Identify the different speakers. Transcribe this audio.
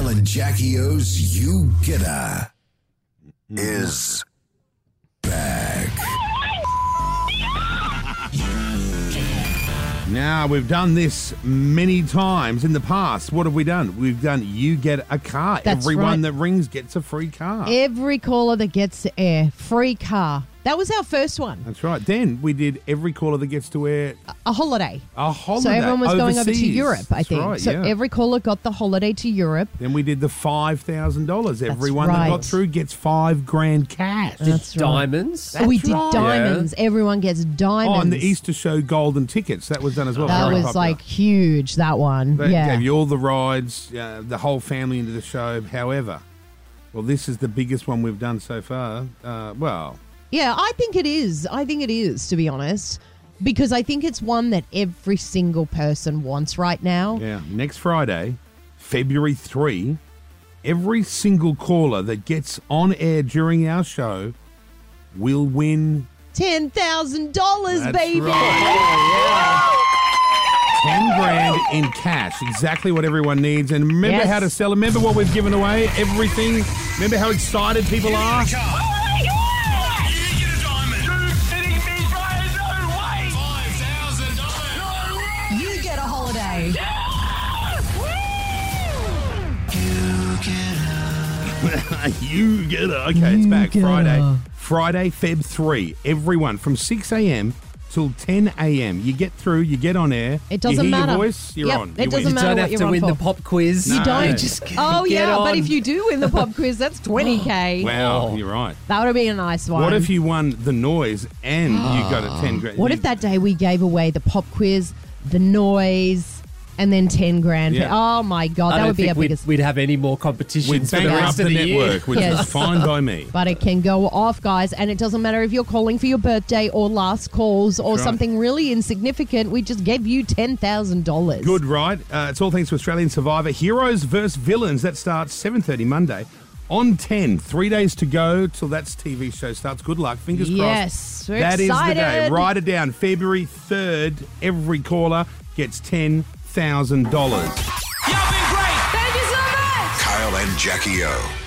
Speaker 1: and Jackie O's You Gitta is back.
Speaker 2: Now, we've done this many times in the past. What have we done? We've done you get a car.
Speaker 3: That's
Speaker 2: Everyone
Speaker 3: right.
Speaker 2: that rings gets a free car.
Speaker 3: Every caller that gets to air, free car. That was our first one.
Speaker 2: That's right. Then we did every caller that gets to wear
Speaker 3: A holiday.
Speaker 2: a holiday.
Speaker 3: So everyone was going over to
Speaker 2: overseas.
Speaker 3: Europe, I
Speaker 2: That's
Speaker 3: think.
Speaker 2: right,
Speaker 3: so
Speaker 2: yeah.
Speaker 3: every caller got the holiday to Europe.
Speaker 2: Then we did the five thousand dollars. Everyone that got
Speaker 3: right.
Speaker 2: through gets five grand cash.
Speaker 3: That's right. Oh,
Speaker 4: Diamonds.
Speaker 3: we
Speaker 2: That's
Speaker 3: did
Speaker 2: right.
Speaker 3: diamonds. Everyone gets diamonds.
Speaker 2: Oh, and the Easter show golden tickets that was done as well.
Speaker 3: That
Speaker 2: Very
Speaker 3: was
Speaker 2: popular.
Speaker 3: like huge. That one.
Speaker 2: They
Speaker 3: yeah.
Speaker 2: gave you all the rides, uh, the whole family into the show. However, well, this is the biggest one we've done so far. Uh, well,
Speaker 3: Yeah, I think it is. I think it is, to be honest, because I think it's one that every single person wants right now.
Speaker 2: yeah. Next Friday, February three, every single caller that gets on air during our show will win
Speaker 3: $10,000, baby.
Speaker 2: Ten grand in cash, exactly what everyone needs. And remember
Speaker 3: Yes.
Speaker 2: how to sell. Remember what we've given away. Everything. Remember how excited people are.
Speaker 5: You get a holiday.
Speaker 2: Ah, you get it. Okay, it's back
Speaker 3: get
Speaker 2: Friday.
Speaker 3: it.
Speaker 2: Friday, Feb three. Everyone from six a.m. till ten a.m. You get through. You get on air.
Speaker 3: It doesn't
Speaker 2: you hear
Speaker 3: matter.
Speaker 2: Your voice. You're
Speaker 3: Yep,
Speaker 2: on.
Speaker 3: it
Speaker 2: you
Speaker 3: doesn't
Speaker 2: win.
Speaker 3: matter.
Speaker 4: Don't
Speaker 3: what
Speaker 4: have
Speaker 3: you're
Speaker 4: to
Speaker 3: on
Speaker 4: win
Speaker 3: for.
Speaker 4: the pop quiz.
Speaker 2: No.
Speaker 3: You don't.
Speaker 4: Ah, Just get
Speaker 3: oh, yeah,
Speaker 4: on.
Speaker 3: but if you do win the pop quiz, that's 20K.
Speaker 2: Wow, you're right.
Speaker 3: That would have been a nice one.
Speaker 2: What if you won the noise and you got a ten grand?
Speaker 3: What
Speaker 2: you-
Speaker 3: if that day we gave away the pop quiz, the noise, and then 10 grand?
Speaker 2: Yeah.
Speaker 3: Oh, my God.
Speaker 4: I
Speaker 3: That
Speaker 4: don't
Speaker 3: would be
Speaker 4: think
Speaker 3: our
Speaker 4: we'd,
Speaker 3: biggest.
Speaker 4: we'd have any more competitions
Speaker 2: We'd
Speaker 4: for the
Speaker 2: bankrupt
Speaker 4: rest
Speaker 2: the,
Speaker 4: of the year.
Speaker 2: network, which is
Speaker 3: Yes.
Speaker 2: fine by me.
Speaker 3: but it can go off, guys. And it doesn't matter if you're calling for your birthday or last calls or
Speaker 2: That's right.
Speaker 3: something really insignificant. We just gave you ten thousand dollars.
Speaker 2: Good, right? Uh, it's all thanks to Australian Survivor Heroes versus Villains. That starts seven thirty Monday on ten. Three days to go till that TV show starts. Good luck. Fingers
Speaker 3: Yes,
Speaker 2: crossed.
Speaker 3: we're
Speaker 2: That is the day.
Speaker 3: excited.
Speaker 2: Write it down. February third. Every caller gets ten thousand dollars.
Speaker 1: Kyle and Jackie O.